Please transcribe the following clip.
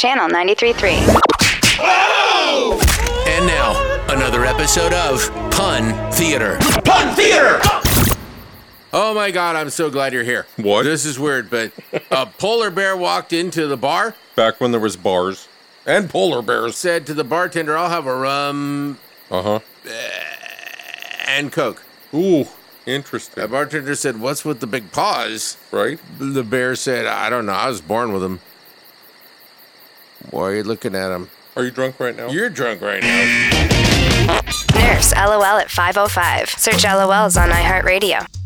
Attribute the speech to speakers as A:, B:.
A: Channel 93.3.
B: And now, another episode of Pun Theater.
C: Pun Theater!
B: Oh my God, I'm so glad you're here.
C: What?
B: This is weird, but a polar bear walked into the bar,
C: Back when there was bars and polar bears.
B: said to the bartender, I'll have a rum
C: Uh huh.
B: and Coke.
C: Ooh,
B: The
C: interesting.
B: bartender said, What's with the big paws?
C: Right?
B: The bear said, I don't know. I was born with them. Why are you looking at him?
C: Are you drunk right now?
B: You're drunk right now.
A: oh Nurse LOL at 505. Search LOLs on iHeartRadio.